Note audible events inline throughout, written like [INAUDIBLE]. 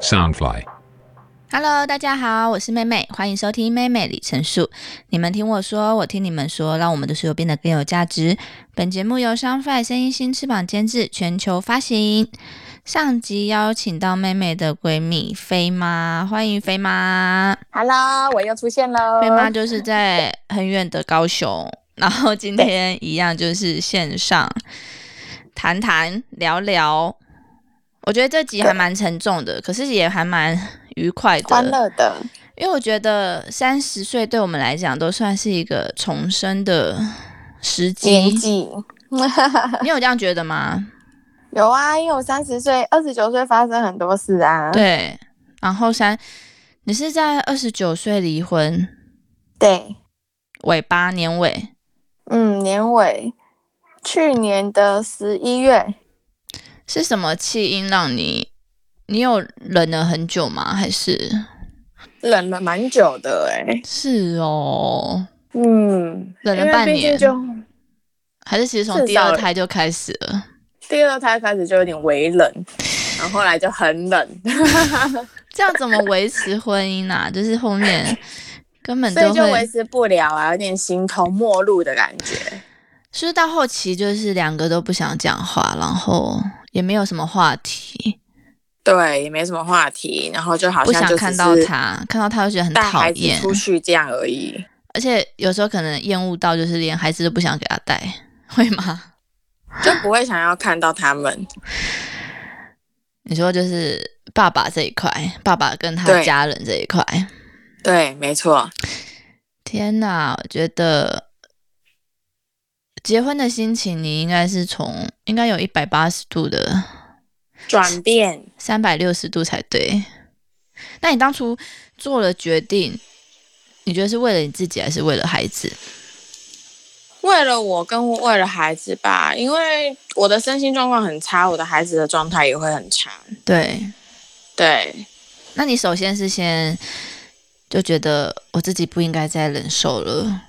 Soundfly. Hello，大家好，我是妹妹，欢迎收听妹妹里程数。你们听我说，我听你们说，让我们的所有变得更有价值。本节目由 s o u n f l y 声音新翅膀监制，全球发行。上集邀请到妹妹的闺蜜飞妈，欢迎飞妈。 Hello，我又出现了。飞妈就是在很远的高雄，然后今天一样就是线上谈谈聊聊。我觉得这集还蛮沉重的，可是也还蛮愉快的，欢乐的，因为我觉得三十岁对我们来讲都算是一个重生的时年机，纪。你有这样觉得 [LAUGHS] 吗？有啊，因为我三十岁、二十九岁发生很多事啊。对，然后三，你是在二十九岁离婚，对，尾巴年尾，嗯，年尾，去年的十一月，是什么弃因让你？你有忍了很久吗？还是忍了蛮久的哎、是哦？嗯，忍了因为半毕竟年就还是其实从至第二少胎就开始了？第二胎开始就有点微冷，然后后来就很冷，这样怎么维持婚姻啊？就是后 [LAUGHS] 面根本所以都就会维持不了啊，有点形同陌路的感觉。是不是到后期就是两个都不想讲话，然后也没有什么话题，对，也没什么话题，然后就好不像想就看只到是他，看到他就觉得很带讨孩子厌，出去这样而已。而且有时候可能厌恶到就是连孩子都不想给他带，会吗？ [LAUGHS] 就不会想要看到他们。你说就是爸爸这一块，爸爸跟他对家人这一块，对，没错，天哪，我觉得结婚的心情你应该是从应该有一百八十度的转变三百六十度才对。那你当初做了决定，你觉得是为了你自己还是为了孩子？为了我跟为了孩子吧，因为我的身心状况很差，我的孩子的状态也会很差。对，对那你首先是先就觉得我自己不应该再忍受了，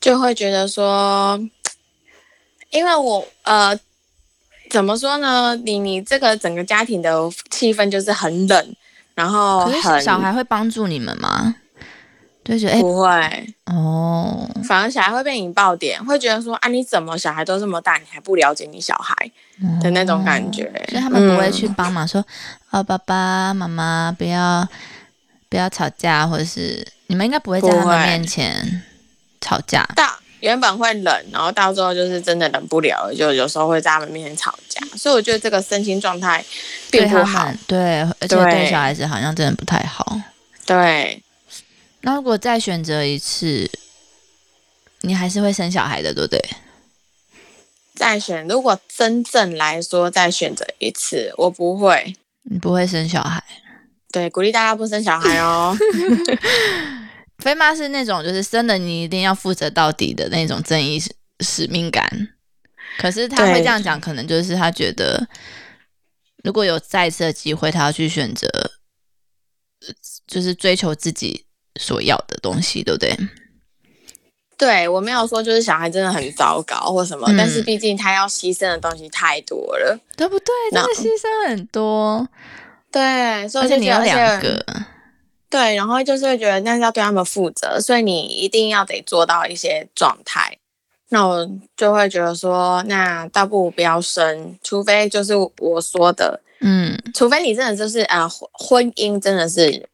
就会觉得说，因为我呃，怎么说呢？你你这个整个家庭的气氛就是很冷，然后可哦很是小孩会帮助你们吗？就觉得哎、不会，哦，反而小孩会被引爆点，会觉得说啊，你怎么小孩都这么大，你还不了解你小孩的那种感觉？嗯所以他们不会嗯去帮忙说，哦，爸爸妈妈不要不要吵架，或者是你们应该不会在他不们会面前吵架。到原本会冷，然后到最后就是真的忍不了了，就有时候会在他们面前吵架，所以我觉得这个身心状态并对不他好们。，对，而且对对小孩子好像真的不太好。对，那如果再选择一次，你还是会生小孩的，对不对？再选，如果真正来说再选择一次，我不会。你不会生小孩。对，鼓励大家不生小孩 [LAUGHS] 哦。飞妈是那种就是生了你一定要负责到底的那种正义使使命感，可是他会对这样讲，可能就是他觉得如果有再次的机会，他要去选择，就是追求自己所要的东西，对不对？对我没有说就是小孩真的很糟糕或什么，嗯但是毕竟他要牺牲的东西太多了。对不对？真那的牺牲很多，对，所而以我且就你觉得有两而且个，对，然后就是会觉得那是要对他们负责，所以你一定要得做到一些状态。那我就会觉得说，那倒不如不要生，除非就是我说的，嗯除非你真的就是啊、呃婚婚姻真的是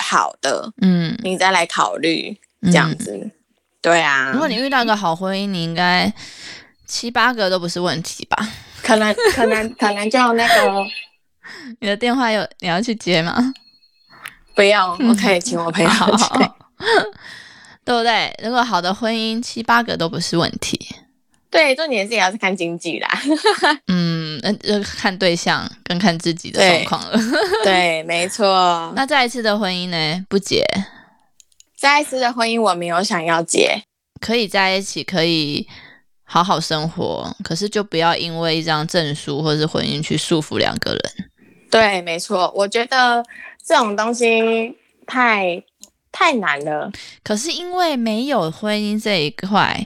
好的，嗯，你再来考虑这样子。 [LAUGHS] 对啊，如果你遇到一个好婚姻，你应该七八个都不是问题吧？ [LAUGHS] 可能可能可能就那个你的电话有你要去接 [LAUGHS] 吗？不用，我可以请我朋友嗯好好去。好 [LAUGHS] 对不对？如果好的婚姻，七八个都不是问题。对，重点是也要是看 [LAUGHS] 经济啦。嗯，那就看对象跟看自己的状况了。对，没 [LAUGHS] 错。那再一次的婚姻呢？不结，再一次的婚姻我没有想要结。可以在一起，可以好好生活，可是就不要因为一张证书或是婚姻去束缚两个人。对，没错，我觉得这种东西太太难了。可是因为没有婚姻这一块，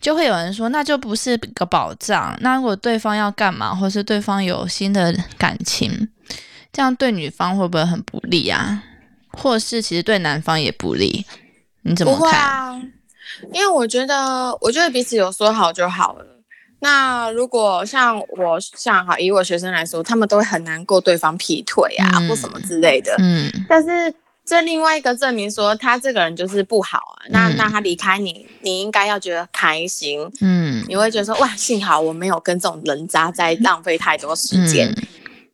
就会有人说，那就不是个保障。那如果对方要干嘛，或是对方有新的感情，这样对女方会不会很不利啊？或是其实对男方也不利？啊你怎么不会看？啊，因为我觉得，我觉得彼此有说好就好了。那如果像我像好以我学生来说，他们都会很难过对方劈腿啊、嗯或什么之类的。嗯但是这另外一个证明说他这个人就是不好啊。那嗯那他离开你，你应该要觉得开心，嗯你会觉得说哇，幸好我没有跟这种人渣在浪费太多时间。嗯，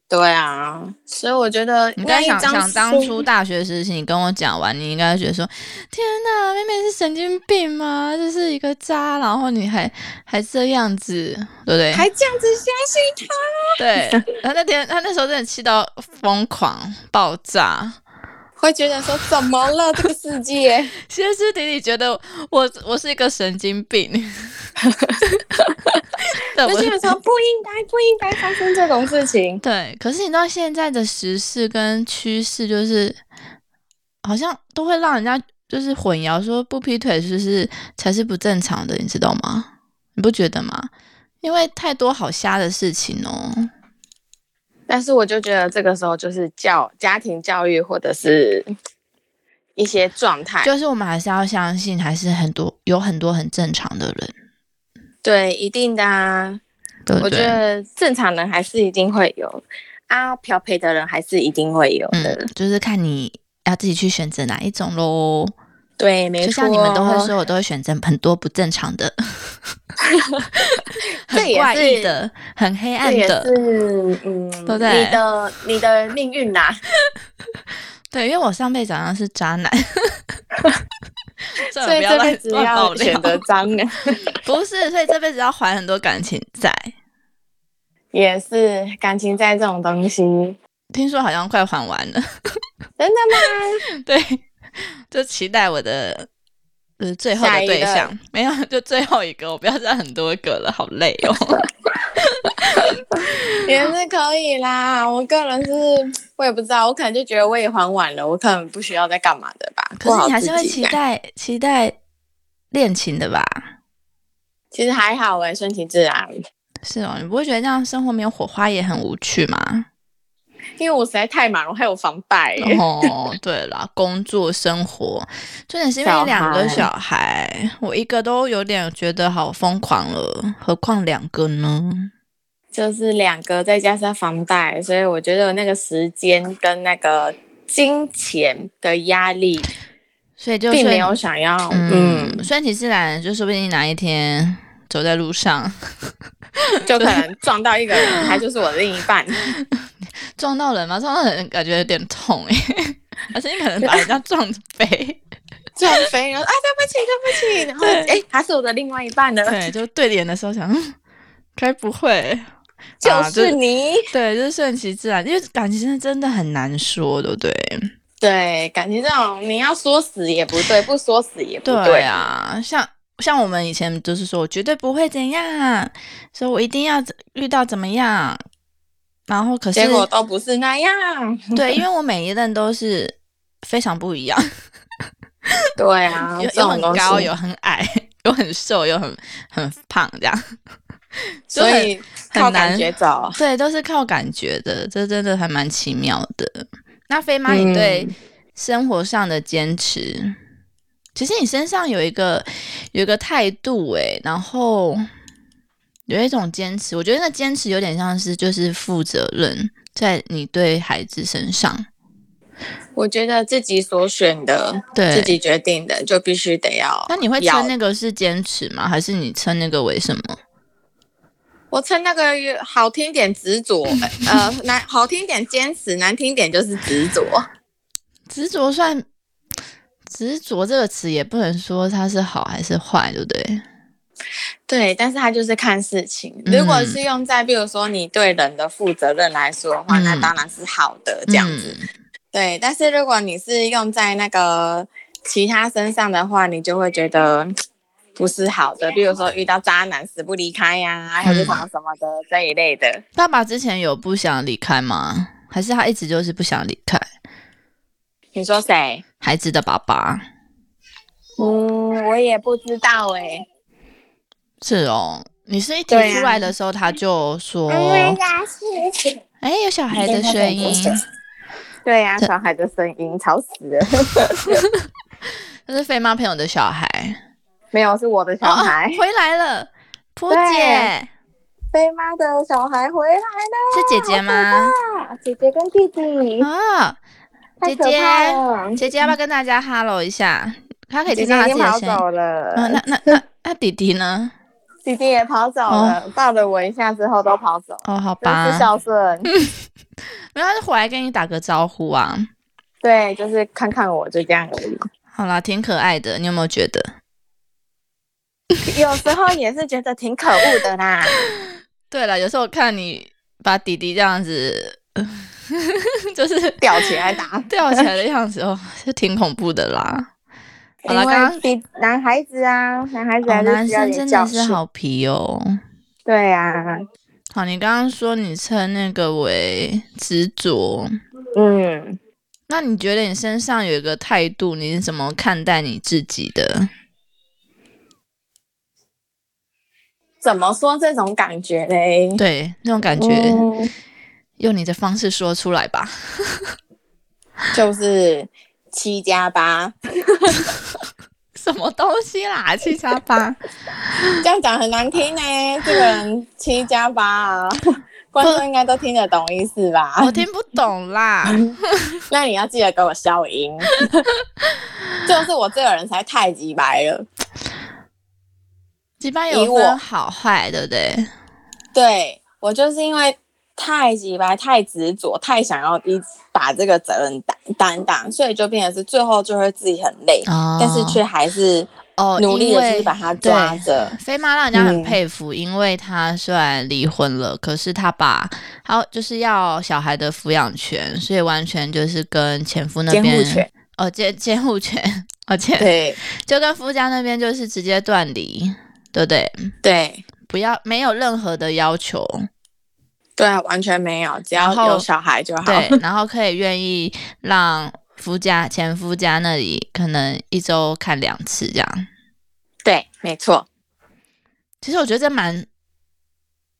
对啊，所以我觉得你该那一想张想当书初大学时期，你跟我讲完，你应该觉得说：“天哪，妹妹是神经病吗？这是一个渣，然后你还还这样子，对不对？”还这样子相信他。 [LAUGHS] 对，然后那天他那时候真的气到疯狂爆炸，会觉得说怎么了这个世界？歇斯底里，觉得我我是一个神经病。 [LAUGHS] 对，[LAUGHS] 就我觉得说不应该不应该发生这种事情。 [LAUGHS] 对，可是你知道现在的时事跟趋势，就是好像都会让人家就是混淆，说不劈腿是不是才是不正常的，你知道吗？你不觉得吗？因为太多好瞎的事情哦。但是我就觉得这个时候就是教家庭教育或者是一些状态，就是我们还是要相信，还是很多有很多很正常的人，对一定的啊。对不我觉对？得正常人还是一定会有啊，漂培的人还是一定会有的。嗯，就是看你要自己去选择哪一种喽。对，没就错。像你们都会，说，我都会选择很多不正常的、很 [LAUGHS] 这也怪异是的、很黑这暗也的。是嗯，对不对你的你的命运呐、对，因为我上辈子好像是渣 [LAUGHS] 男，所所以这辈子要选择脏的，不是，所以这辈子要还很多感情债。也是感情在这种东西，听说好像快还完了， [LAUGHS] 真的吗？对，就期待我的呃最后下的一对个象没有，就最后一个，我不要再很多个了，好累哦。也是可以啦，我个人是，我也不知道，我可能就觉得我也还晚了，我可能不需要再干嘛的吧。可是你还是过好会自己啊期吧。待期待恋情的吧？其实还好哎、顺其自然，是哦，你不会觉得这样生活没有火花也很无趣吗？因为我实在太忙了，我还有房贷、欸。哦， [LAUGHS] 对啦，工作生活，重点是因为小两个孩小孩，我一个都有点觉得好疯狂了，何况两个呢？ [LAUGHS] 就是两个再加上房贷，所以我觉得那个时间跟那个金钱的压力，所以就并顺没有想要，嗯，嗯，顺其自然，就说不定哪一天走在路上 [LAUGHS] 就可能撞到一个人，他就是我的另一半。撞到人嘛，撞到人感觉有点痛哎、 [LAUGHS] 而且你可能把人家撞飞， [LAUGHS] 撞飞，然后啊，对不起，对不起，然后哎、他是我的另外一半了， [LAUGHS] 对，就对脸的时候想，嗯该不会 [LAUGHS] 就啊就是你。对，就是顺其自然，因为感情真的真的很难说，对不对？对，感情这种你要说死也不对，不说死也不对。对啊，像像我们以前就是说，我绝对不会怎样，所以我一定要怎遇到怎么样。然后可是结果都不是那样。对，因为我每一任都是非常不一样，对啊，有这有种很东西高，有很矮， [LAUGHS] 有很瘦，有很很胖，这样所以很靠难感觉走。对，都是靠感觉的，这真的还蛮奇妙的。那飞妈，你嗯对生活上的坚持，其实你身上有一个有一个态度、诶，然后有一种坚持，我觉得那坚持有点像是就是负责任在你对孩子身上，我觉得自己所选的、自对。己决定的，就必须得要。那你会要称那个是坚持吗？还是你称那个为什么？我称那个好听点执 [LAUGHS] 着，呃，难好听点坚持，难听点就是执着。执着算执着这个词也不能说它是好还是坏，对不对？对，但是它就是看事情。嗯如果是用在比如说你对人的负责任来说的话，嗯那当然是好的这样子。嗯对，但是如果你是用在那个其他身上的话，你就会觉得嗯不是好的。比如说遇到渣男死不离开呀、还是什么什么的、这一类的。爸爸之前有不想离开吗？还是他一直就是不想离开你说谁？孩子的爸爸？嗯，我也不知道哎、是哦，你是一提对啊哦出来的时候他就说，我们的事情，哎，有小孩的声音， [LAUGHS] 对呀、小孩的声音吵死了。 [LAUGHS] 这是肥妈朋友的小孩，没有，是我的小孩哦，回来了，扑对姐飞妈的小孩回来了。是姐姐吗？啊，姐姐跟弟弟，啊、哦太姐可姐怕了。姐姐要不要跟大家哈喽一下？她可以听姐姐到已她自己的经跑声音。走了，啊， [LAUGHS] 那那那那弟弟呢？弟弟也跑走了，抱了我一下之后都跑走，哦，好真吧是，[LAUGHS] 孝顺。没有，他就回来跟你打个招呼啊。对，就是看看我，就这样而已。好啦，挺可爱的，你有没有觉得？有时候也是觉得挺可恶的 [LAUGHS] 啦。对了，有时候我看你把弟弟这样子， [LAUGHS] 就是吊起来打吊起来的样子哦， [LAUGHS] 是挺恐怖的啦。好啦因刚刚为比男孩子啊，男孩子好还是男需要生点真教的训。是好皮哦。对啊，好，你刚刚说你称那个为执着，嗯，那你觉得你身上有一个态度，你是怎么看待你自己的？怎么说这种感觉嘞？对，那种感觉，嗯用你的方式说出来吧。就是七加八， [LAUGHS] 什么东西啦？七加八，这样讲很难听呢、这个人七加八 [LAUGHS] 啊，观众应该都听得懂意思 [LAUGHS] 吧？我听不懂啦。嗯那你要记得给我消音。 [LAUGHS] 就是我这个人才太鸡白了，鸡巴有以我分好坏，对不对？对我就是因为太鸡白、太执着、太想要一直把这个责任担担当，所以就变成是最后就会自己很累，哦但是却还是哦，努力因的为去把它抓对着。飞妈让人家很嗯佩服，因为她虽然离婚了，可是她把还有就是要小孩的抚养权，所以完全就是跟前夫那监护边权哦监 [LAUGHS] 监护权，而且对 [LAUGHS] 就跟夫家那边就是直接断离，对不对？对不要没有任何的要求，对啊，完全没有，只要然后有小孩就好。对，然后可以愿意让夫家前夫家那里可能一周看两次这样。对，没错。其实我觉得这蛮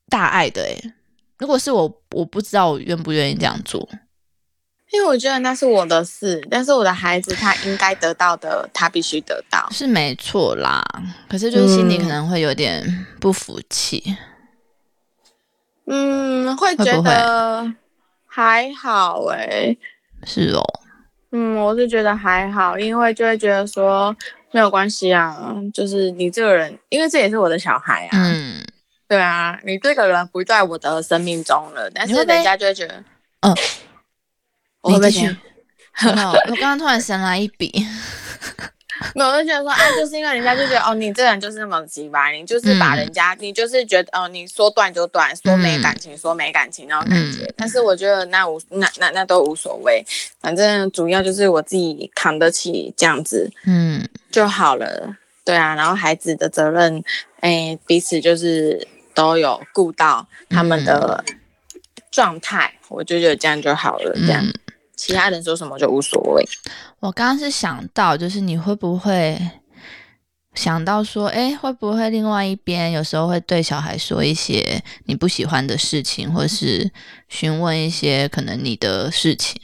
大爱的诶。如果是我，我不知道我愿不愿意这样做。因为我觉得那是我的事，但是我的孩子他应该得到的，他必须得到。是没错啦，可是就是心里嗯可能会有点不服气。嗯，会会觉不会得还好诶、是哦，嗯，我是觉得还好，因为就会觉得说没有关系啊，就是你这个人，因为这也是我的小孩啊，嗯，对啊，你这个人不在我的生命中了，但你是会不会人家就会觉得，嗯，我会不你会继续 [LAUGHS] 觉得。没有，我刚刚突然神来一笔， [LAUGHS] 没有，我就觉得说，啊，就是因为人家就觉得，哦，你这人就是那么急吧，你就是把嗯人家，你就是觉得，哦，你说断就断，说没嗯感情，说没感情那种感觉。嗯但是我觉得那无那那那都无所谓，反正主要就是我自己扛得起这样子嗯，就好了。对啊，然后孩子的责任，哎，彼此就是都有顾到他们的嗯状态，我就觉得这样就好了。这样，嗯其他人说什么就无所谓。我刚刚是想到，就是你会不会想到说，诶，会不会另外一边有时候会对小孩说一些你不喜欢的事情，或是询问一些可能你的事情？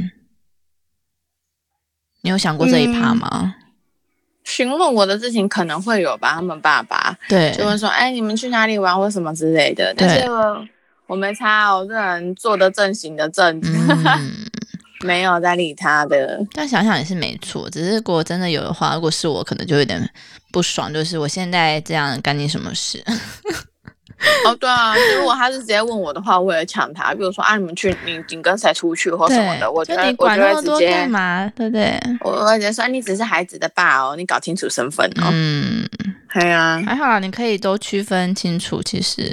你有想过这一趴吗？询问我的事情可能会有吧，他们爸爸。对，就问说，哎、你们去哪里玩或什么之类的。但是我没差哦，我这人做的正行的正，嗯， [LAUGHS] 没有在理他的。但想想也是没错，只是如果真的有的话，如果是我，可能就有点不爽，就是我现在这样干你什么事？哦，对啊，如果他是直接问我的话，我也抢他。比如说，啊，你们去你你跟谁出去或什么对的，我，觉就得你我管就那么会直多接干，嘛？对不对？我我会直接说，哎你只是孩子的爸哦，你搞清楚身份哦。嗯，对啊，还好啦，你可以都区分清楚，其实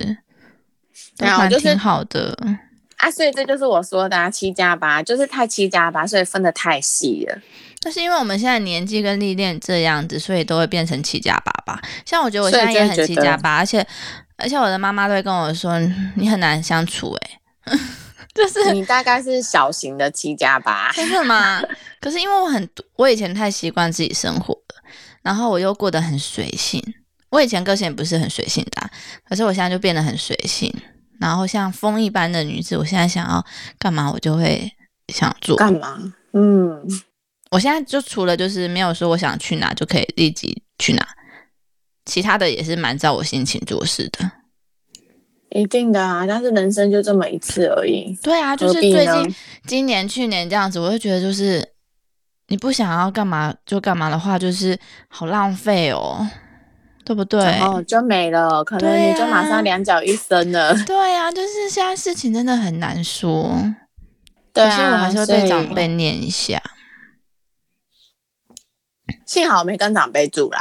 都对啊我蛮就是挺好的。啊，所以这就是我说的啊，七加八就是太七加八，所以分的太细了。但是因为我们现在年纪跟历练这样子，所以都会变成七加八吧。像我觉得我现在也很所以七就觉得加八，而且而且我的妈妈都会跟我说，你很难相处、欸， [LAUGHS] 就是你大概是小型的七加八，真的吗？可是因为我很，我以前太习惯自己生活了，然后我又过得很随性。我以前个性也不是很随性的啊、可是我现在就变得很随性，然后像风一般的女子，我现在想要干嘛，我就会想做。干嘛？嗯，我现在就除了就是没有说我想去哪就可以立即去哪，其他的也是蛮照我心情做事的。一定的啊，但是人生就这么一次而已。对啊，就是何必最呢近今年、去年这样子，我就觉得就是你不想要干嘛就干嘛的话，就是好浪费哦，对不对？然后就没了，可能对你就马啊上两脚一伸了。对啊，就是现在事情真的很难说，对所以我还啊，是会所对以长辈念一下。幸好没跟长辈住啦。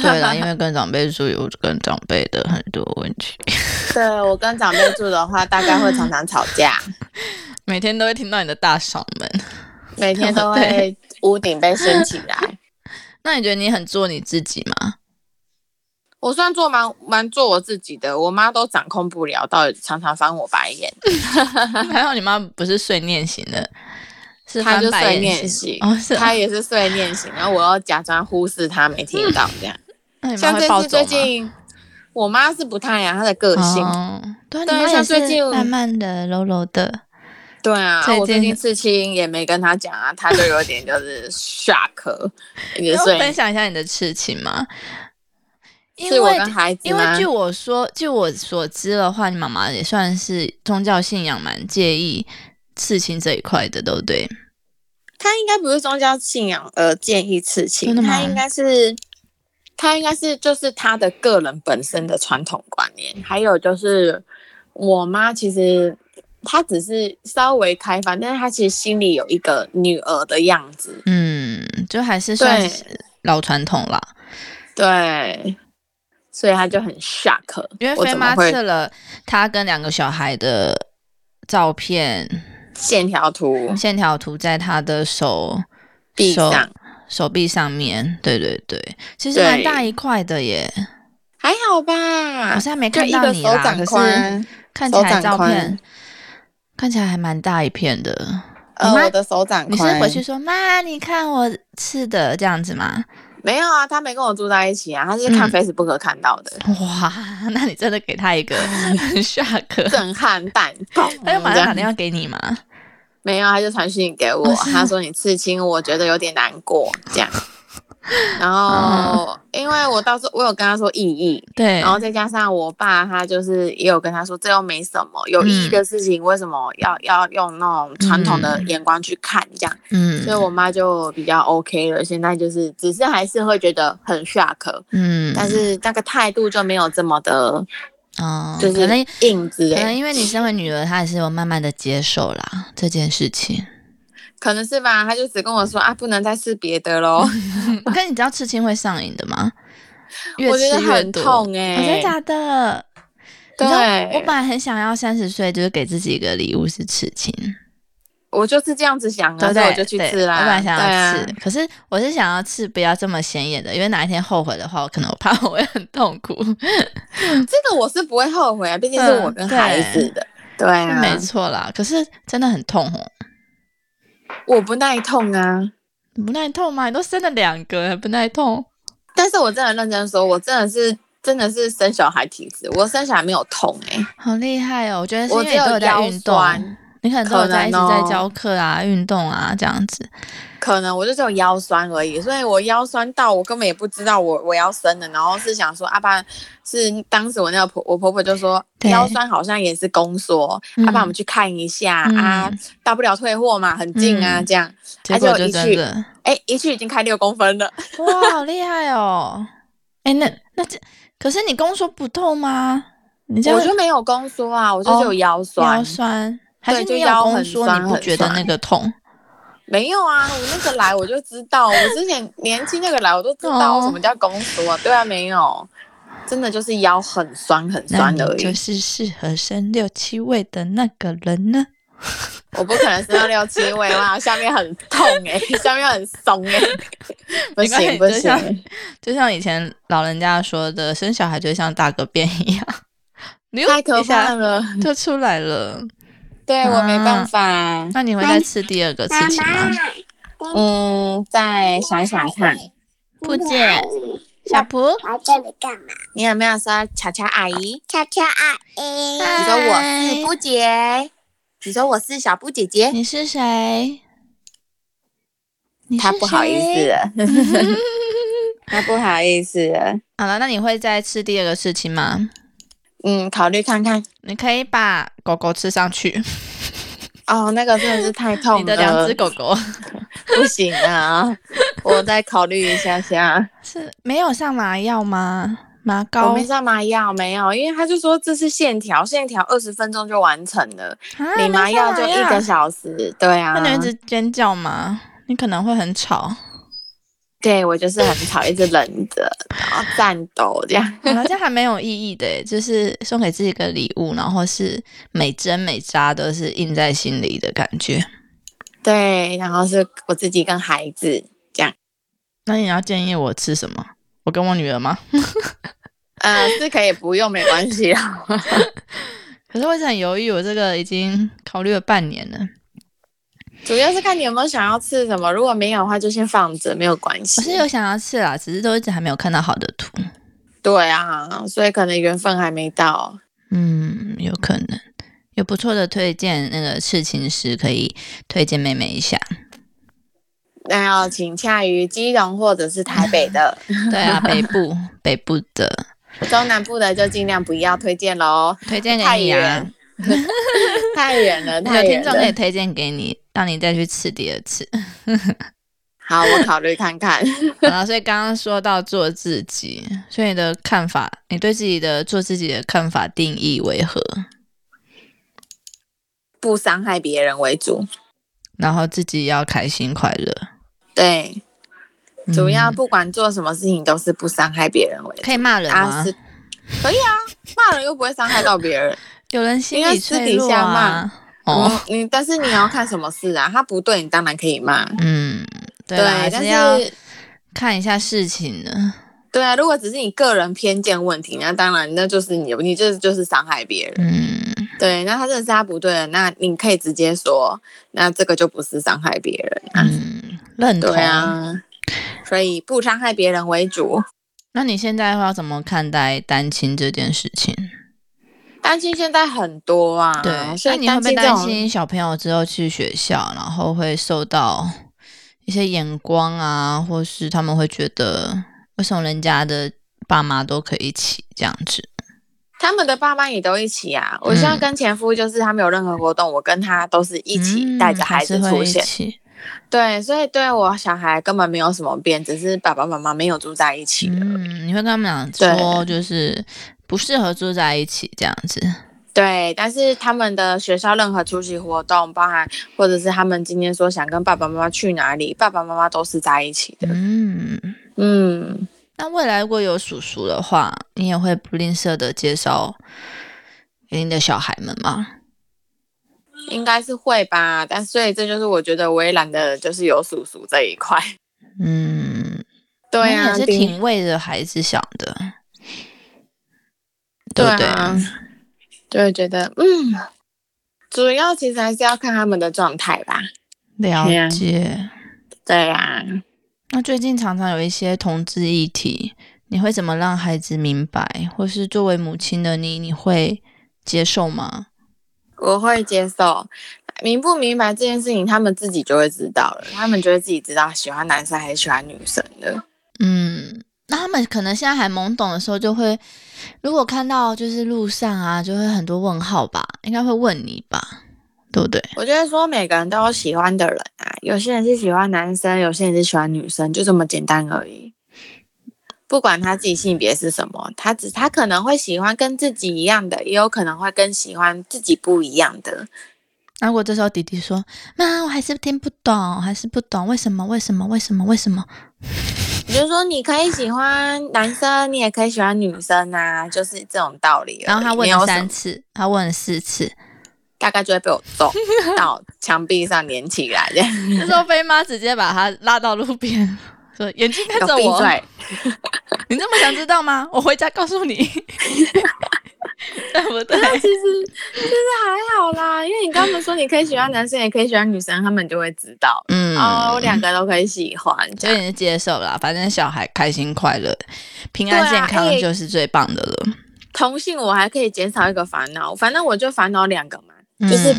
对啦，因为跟长辈住有跟长辈的很多问题，对我跟长辈住的话，大概会常常吵架， [LAUGHS] 每天都会听到你的大嗓门。每哦天都会屋顶被掀起来。 [LAUGHS] 那你觉得你很做你自己吗？我算做蛮蛮做我自己的，我妈都掌控不了，到底常常翻我白眼。 [LAUGHS] 还好你妈不是碎念型的，是她翻就白碎眼念型型，哦，是哦她也是碎念型，然后我要假装忽视她没听到这样。那 [LAUGHS] 你妈像会这暴次走最吗？近，我妈是不太一样，啊她的个性。哦，对啊，你对妈也像最是近慢慢的、柔柔的，对啊，最我最近近刺青也没跟她讲啊，她就有点就是 [LAUGHS] shock，也要是碎分念。享一下你的事情吗？因是我为跟孩子因为吗据我说，据我所知的话，你妈妈也算是宗教信仰蛮介意刺青这一块的，对不对？他应该不是宗教信仰而建议刺青真，的吗他应该是他应该是就是他的个人本身的传统观念，还有就是我妈其实她只是稍微开放，但是她其实心里有一个女儿的样子，嗯，就还是算对是老传统啦。对，所以她就很 shock，因为我飞怎妈么会刺了她跟两个小孩的照片线条图线条图在她的手地手上手臂上面，对对对，其实对蛮大一块的耶。还好我吧现，在没啊就看一到个你手啦，掌可宽是，看起手来掌照片宽看起来还蛮大一片的。呃，你妈我的手掌你是宽，回去说妈，你看我刺的这样子吗？没有啊，他没跟我住在一起啊，他是看嗯 Facebook 看到的，哇， [LAUGHS] 那你真的给他一 [LAUGHS] 个很 shock，震撼 [LAUGHS] 弹，砰他就马上打电这样话给你嘛。没有，他就传讯给我，哦是啊他说你刺青，我觉得有点难过 [LAUGHS] 这样。然后，哦因为我到时候我有跟他说意义，对，然后再加上我爸，他就是也有跟他说，这又没什么，有嗯意义的事情为什么要、要用那种传统的眼光去看这样？嗯所以我妈就比较 OK 了，现在就是只是还是会觉得很 shock，、嗯，但是那个态度就没有这么的哦，就是可能硬之类可能的，因为你身为女儿，她也是有慢慢的接受啦这件事情。可能是吧？他就只跟我说啊，不能再吃别的喽。嗯 [LAUGHS] 可是你知道刺青会上瘾的吗？越 [LAUGHS] 我觉得吃越很多，痛哦哎、真的假的？你知道 [LAUGHS] 对我本来很想要三十岁就是给自己一个礼物是刺青，我就是这样子想对啊，不所以对？我就去对吃啦。我本来想对要啊刺，可是我是想要刺不要这么显眼的，因为哪一天后悔的话，我可能我怕我会很痛苦。嗯这个我是不会后悔啊，毕竟是我跟孩子的。对嗯啊，[LAUGHS] 没错啦，可是真的很痛哦。我不耐痛啊，你不耐痛吗？你都生了两个，还不耐痛？但是我真的认真说，我真的是真的是生小孩体质，我生小孩没有痛哎、好厉害哦！我觉得是因我为只你都有在腰运动，酸，你可能都有在一直可在能哦教课啊、运动啊这样子。可能我就只有腰酸而已，所以我腰酸到我根本也不知道我我要生了，然后是想说阿爸是当时我那个婆我婆婆就说对腰酸好像也是宫缩，啊嗯阿爸我们去看一下、嗯啊，大不了退货嘛，很近啊、嗯这样，结而且果我就一真去，的，哎、一去已经开六公分了，哇，好厉害哦！哎、那那这可是你宫缩不痛吗？你这样哦我就没有宫缩啊，我就只有腰酸，腰酸，还是对就你有腰宫很缩酸你不很觉得酸那个痛？没有啊，我那个来我就知道，我之前年轻那个来我都知道哦什么叫宫缩、啊，对啊，没有，真的就是腰很酸很那酸你而已，就是适合生六七位的那个人呢。 [LAUGHS] 我不可能升到六七位哇，下面很痛 [LAUGHS] 哎、下面很松 [LAUGHS] 哎、不没关系行不就像行，就像以前老人家说的，生小孩就像大个便一样，溜太可一下怕了， [LAUGHS] 就出来了。对我没办法。那你会再吃第二个刺青吗？嗯嗯，再想想看，不姐，小蒲，来这里干嘛？你有没有说巧巧阿姨？悄悄阿姨，嗨你说我是布姐，你说我是小布姐姐，你是谁？你她是不好意谁思了， [LAUGHS] 她不好意思了。好了，那你会再吃第二个事情吗？嗯，考虑看看。你可以把狗狗吃上 [LAUGHS] 去，哦，那个真的是太痛了，你的两只狗狗不行啊，我再考虑一下下。是没有上麻药吗？麻我膏没上麻药没有，因为他就说这是线条，线条二十分钟就完成了，啊你麻药就一个时，小时。对啊那，你会一直尖叫吗？你可能会很吵。对我就是很吵，一直忍着，然后战斗这样。好了，这样还蛮有意义的耶， [LAUGHS] 就是送给自己一个礼物，然后是每针每扎都是印在心里的感觉。对，然后是我自己跟孩子这样，那你要建议我吃什么？我跟我女儿吗？呃，是可以不用没关系啊。 [LAUGHS] 可是我一直很犹豫，我这个已经考虑了半年了。主要是看你有没有想要吃什么，如果没有的话就先放着，没有关系。我是有想要吃啦，只是都一直还没有看到好的图。对啊，所以可能缘分还没到。嗯，有可能有不错的推荐，那个刺青师可以推荐妹妹一下。那要请洽于基隆或者是台北的， [LAUGHS] 对啊，北部北部的中南部的就尽量不要推荐喽，推荐给太你啊远， [LAUGHS] 太 [LAUGHS] 远了，有太听远众可以了。推荐给你，让你再去吃第二次。 [LAUGHS] [LAUGHS] 好，我考虑看看。好了，所以刚刚说到做自己，所以你的看法，你对自己的做自己的看法定义为何？不伤害别人为主，然后自己要开心快乐，对，主要嗯不管做什么事情都是不伤害别人为主。可以骂人啊，吗是？，可以啊，骂人又不会伤害到别人。有人心应理该私脆底弱下啊。哦，嗯，你但是你要看什么事啊，他不对你当然可以骂。嗯，对对，啦，还但是要是看一下事情的。对啊，如果只是你个人偏见问题，那当然那就是你，你这就是伤害别人。嗯，对，那他真的是他不对了，那你可以直接说，那这个就不是伤害别人啊。嗯，认同。对啊，所以不伤害别人为主。那你现在会要怎么看待单亲这件事情？担心现在很多啊，对，所那以你会不会心这担种心小朋友之后去学校，然后会受到一些眼光啊，或是他们会觉得为什么人家的爸妈都可以一起这样子？他们的爸妈也都一起啊。嗯我现在跟前夫就是他们有任何活动，我跟他都是一起嗯带着还孩是会子出一现。起。对，所以对我小孩根本没有什么变，只是爸爸妈妈没有住在一起了。嗯，你会跟他们讲说，就是不适合住在一起这样子。对，但是他们的学校任何出席活动，包含或者是他们今天说想跟爸爸妈妈去哪里，爸爸妈妈都是在一起的。嗯，嗯，那未来如果有叔叔的话，你也会不吝啬的介绍给你的小孩们吗？应该是会吧。但所以这就是我觉得我也懒得就是有叔叔这一块。嗯，对那啊，你也是顶挺为了孩子想的，对不对？啊，就会觉得嗯，主要其实还是要看他们的状态吧。对了啊解。对啊，那最近常常有一些同志议题，你会怎么让孩子明白，或是作为母亲的你，你会接受吗？我会接受。明不明白这件事情，他们自己就会知道了，他们就会自己知道喜欢男生还是喜欢女生的。嗯，那他们可能现在还懵懂的时候，就会如果看到就是路上啊，就会很多问号吧，应该会问你吧，对不对？我觉得说每个人都有喜欢的人啊，有些人是喜欢男生，有些人是喜欢女生，就这么简单而已。不管他自己性别是什么，他只他可能会喜欢跟自己一样的，也有可能会跟喜欢自己不一样的。那如果这时候弟弟说：“妈，我还是听不懂，我还是不懂，为什么？为什么？为什么？为什么？”也就是说，你可以喜欢男生，你也可以喜欢女生啊，就是这种道理而已。然后他问没有了什么三次，他问了四次， [LAUGHS] 大概就会被我揍到墙壁上粘起来这样。 [LAUGHS] 这时候飞妈直接把他拉到路边，说：“眼睛看给着我闭我，嘴！你这么想知道吗？ [LAUGHS] [LAUGHS] 我回家告诉你，对不对？其实其实还好有啦，因为你刚刚说你可以喜欢男生，也可以喜欢女生，他们就会知道。嗯，哦，我两个都可以喜欢，所以你就接受啦，反正小孩开心快乐、平安对啊健康哎就是最棒的了。同性我还可以减少一个烦恼，反正我就烦恼两个嘛，嗯就是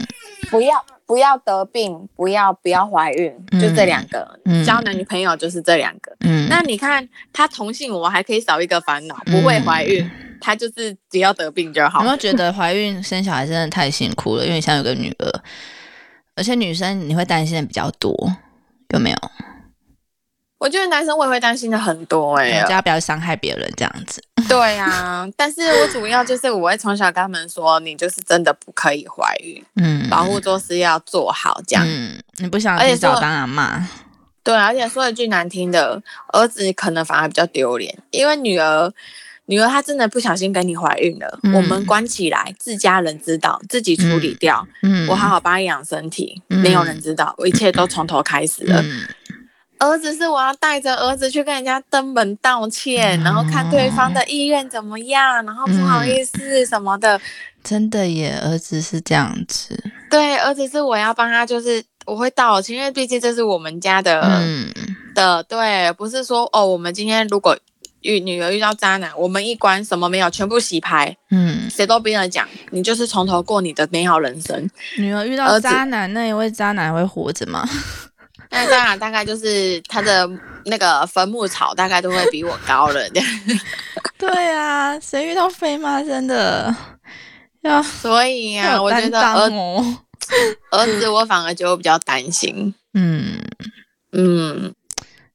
不要不要得病，不要不要怀孕，嗯就这两个。嗯交男女朋友就是这两个。嗯，那你看他同性，我还可以少一个烦恼，不嗯会怀孕，他就是只要得病就好有没。有觉得怀孕生小孩真的太辛苦了？因为你像有个女儿，而且女生你会担心的比较多，有没有？我觉得男生我也会担心的很多哎、人家不要伤害别人这样子。 [LAUGHS] 对啊，但是我主要就是我会从小跟他们说，你就是真的不可以怀孕，嗯，保护措施要做好这样。嗯，你不想而且提早说当阿妈，对，啊而且说一句难听的，儿子可能反而比较丢脸，因为女儿，女儿她真的不小心跟你怀孕了，嗯我们关起来，自家人知道，自己处理掉，嗯，我好好帮她养身体，嗯没有人知道，我一切都从头开始了。嗯，儿子是我要带着儿子去跟人家登门道歉，哦然后看对方的意愿怎么样，然后不好意思什么的。真的耶，儿子是这样子，对，儿子是我要帮他，就是我会道歉，因为毕竟这是我们家的。嗯的，对，不是说哦，我们今天如果遇女儿遇到渣男，我们一关什么没有，全部洗牌，嗯，谁都不要讲，你就是从头过你的美好人生。女儿遇到儿子渣男，那一位渣男会活着吗？那渣男大概就是他的那个坟墓草，大概都会比我高了， [LAUGHS] 这样对啊，谁遇到飞妈真的 [LAUGHS] 要所以要啊，有我觉担得呃当儿哦。儿子我反而就比较担心，嗯，嗯，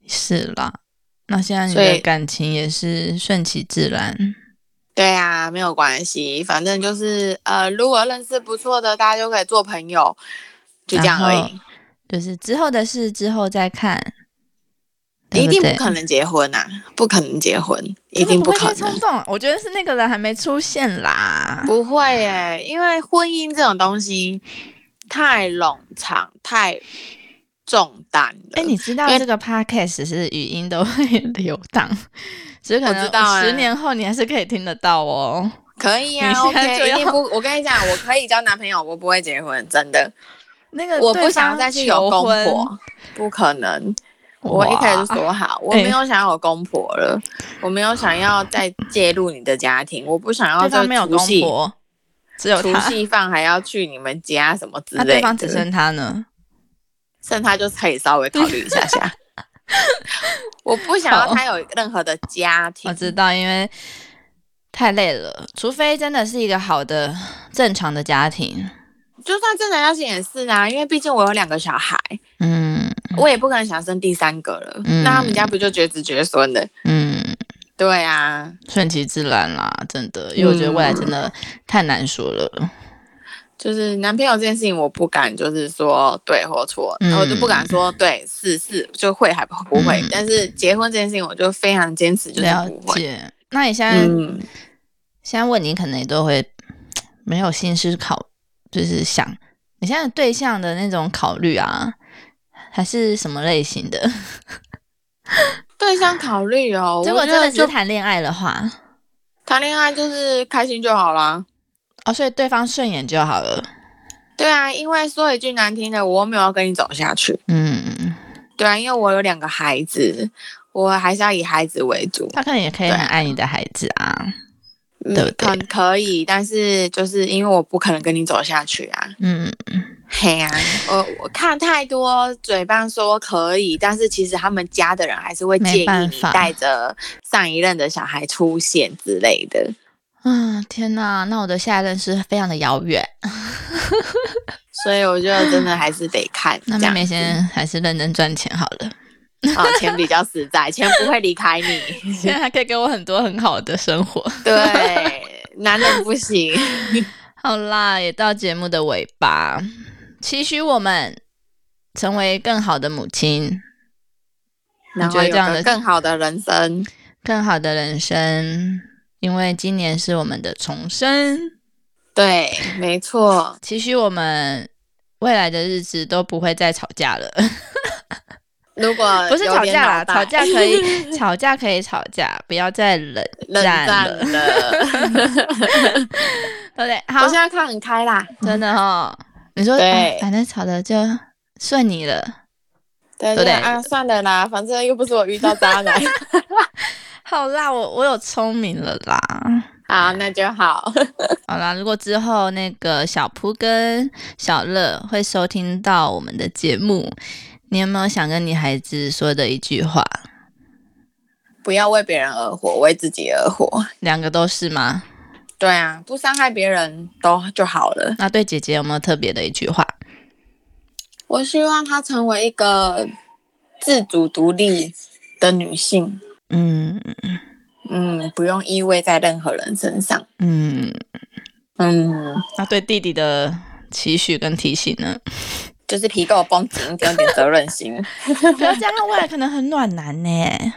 是啦。那现在你所的以感情也是顺其自然。对啊，没有关系，反正就是呃，如果认识不错的，大家就可以做朋友，就这样而然后已，就是之后的事之后再看，对一定对不可能结婚呐、不可能结婚，一真的定不会可太能冲。动。我觉得是那个人还没出现啦。不会耶，因为婚姻这种东西太冗长、太重担了。哎、你知道因为这个 podcast 是语音都会流淌， [LAUGHS] 只是可我能知道十哎年后你还是可以听得到哦。可以啊你现在就，OK，要一定不。我跟你讲，我可以交男朋友，我不会结婚，真的。那个我对不想要方再去求有公婚婆，不可能。我一开始就哇说好，我哎没有想要有公婆了，我没有想要再介入你的家庭，我不想要对啊这方没有除公夕婆，只有除他，夕 [LAUGHS] 饭还要去你们家什么之那类的。对方只 [LAUGHS] 剩他呢。剩他就可以稍微考虑一下下。 [LAUGHS] 我不想要他有任何的家庭，我知道，因为太累了，除非真的是一个好的正常的家庭。就算真的要请也是啊，因为毕竟我有两个小孩，嗯我也不可能想生第三个了。嗯那他们家不就绝子绝孙的？嗯，对啊，顺其自然啦，真的，因为我觉得未来真的嗯太难说了。就是男朋友这件事情，我不敢就是说对或错，嗯我就不敢说对是是就会还不会。嗯但是结婚这件事情，我就非常坚持，就是了不会。解。那你现在、嗯，现在问你，可能也都会没有心思考，就是想你现在对象的那种考虑啊，还是什么类型的？对象考虑哦，如 [LAUGHS] 我果觉真得的只是就谈恋爱的话，谈恋爱就是开心就好啦。哦，所以对方顺眼就好了。对啊，因为说一句难听的，我又没有要跟你走下去。嗯，对啊，因为我有两个孩子，我还是要以孩子为主。他可能也可以很爱你的孩子啊。嗯对不对可可以，但是就是因为我不可能跟你走下去啊。嗯，嘿啊，我我看太多嘴巴说可以，但是其实他们家的人还是会建没议办你法带着上一任的小孩出现之类的。啊，天哪，那我的下一任是非常的遥远。所以我觉得真的还是得看。那这妹样妹先还是认真赚钱好了，啊、钱比较实在，钱不会离 [LAUGHS] 开你。现在还可以给我很多很好的生活。对，男人不行。 [LAUGHS] 好啦，也到节目的尾巴，期许我们成为更好的母亲，然觉后得有这样的个更好的人生。更好的人生。因为今年是我们的重生，对，没错，期许我们未来的日子都不会再吵架了。如果不是有吵点架呃老啦，大吵架可以， [LAUGHS] 吵架可以吵架，不要再冷冷战战了， [LAUGHS] 了。对不对？我好现，在看很开啦，真的哦。你说，对哎反正吵的就顺你了，对对对不对啊，算了啦，反正又不是我遇到 [LAUGHS] 渣男好啦，我我有聪明了啦。好，那就好。 [LAUGHS] 好啦，如果之后那个小扑跟小乐会收听到我们的节目，你有没有想跟你孩子说的一句话？不要为别人而活，为自己而活。两个都是吗？对啊，不伤害别人都就好了。那对姐姐有没有特别的一句话？我希望她成为一个自主独立的女性，嗯嗯，不用依偎在任何人身上，嗯，嗯，那对弟弟的期许跟提醒呢？就是皮给我绷紧一点，有点责任心，不要这样，他未来可能很暖男呢。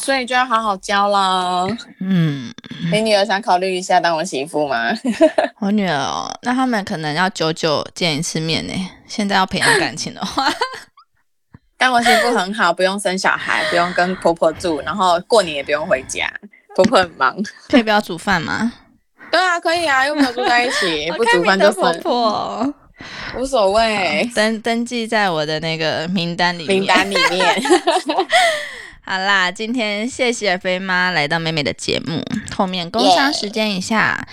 所以就要好好教啦。嗯，你女儿想考虑一下当我媳妇吗？ [LAUGHS] 我女儿哦，那他们可能要久久见一次面呢。现在要培养感情的 [LAUGHS] 话，当我媳妇很好，不用生小孩，不用跟婆婆住，然后过年也不用回家，婆婆很忙。可以不要煮饭吗？对啊，可以啊，又没有住在一 [LAUGHS] 起，不煮饭哦好开明就的婆分，哎婆哦。无 [LAUGHS] 所谓。登登记在我的那个名单里面。名单里面，好啦，今天谢谢飞妈来到妹妹的节目，后面工商时间一下。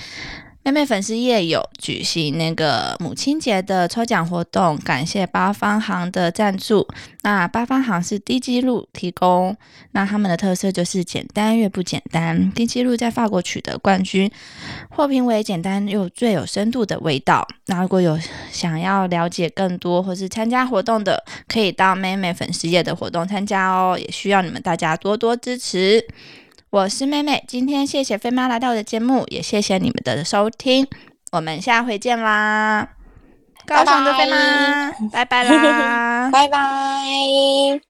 妹妹粉丝夜有举行那个母亲节的抽奖活动，感谢八方行的赞助。那八方行是低基路提供，那他们的特色就是简单越不简单。低基路在法国取得冠军，获评为简单又最有深度的味道。那如果有想要了解更多或是参加活动的，可以到妹妹粉丝页的活动参加哦，也需要你们大家多多支持。我是妹妹，今天谢谢飞妈来到我的节目，也谢谢你们的收听，我们下回见啦！高拜拜雄的飞妈，拜拜啦！拜拜。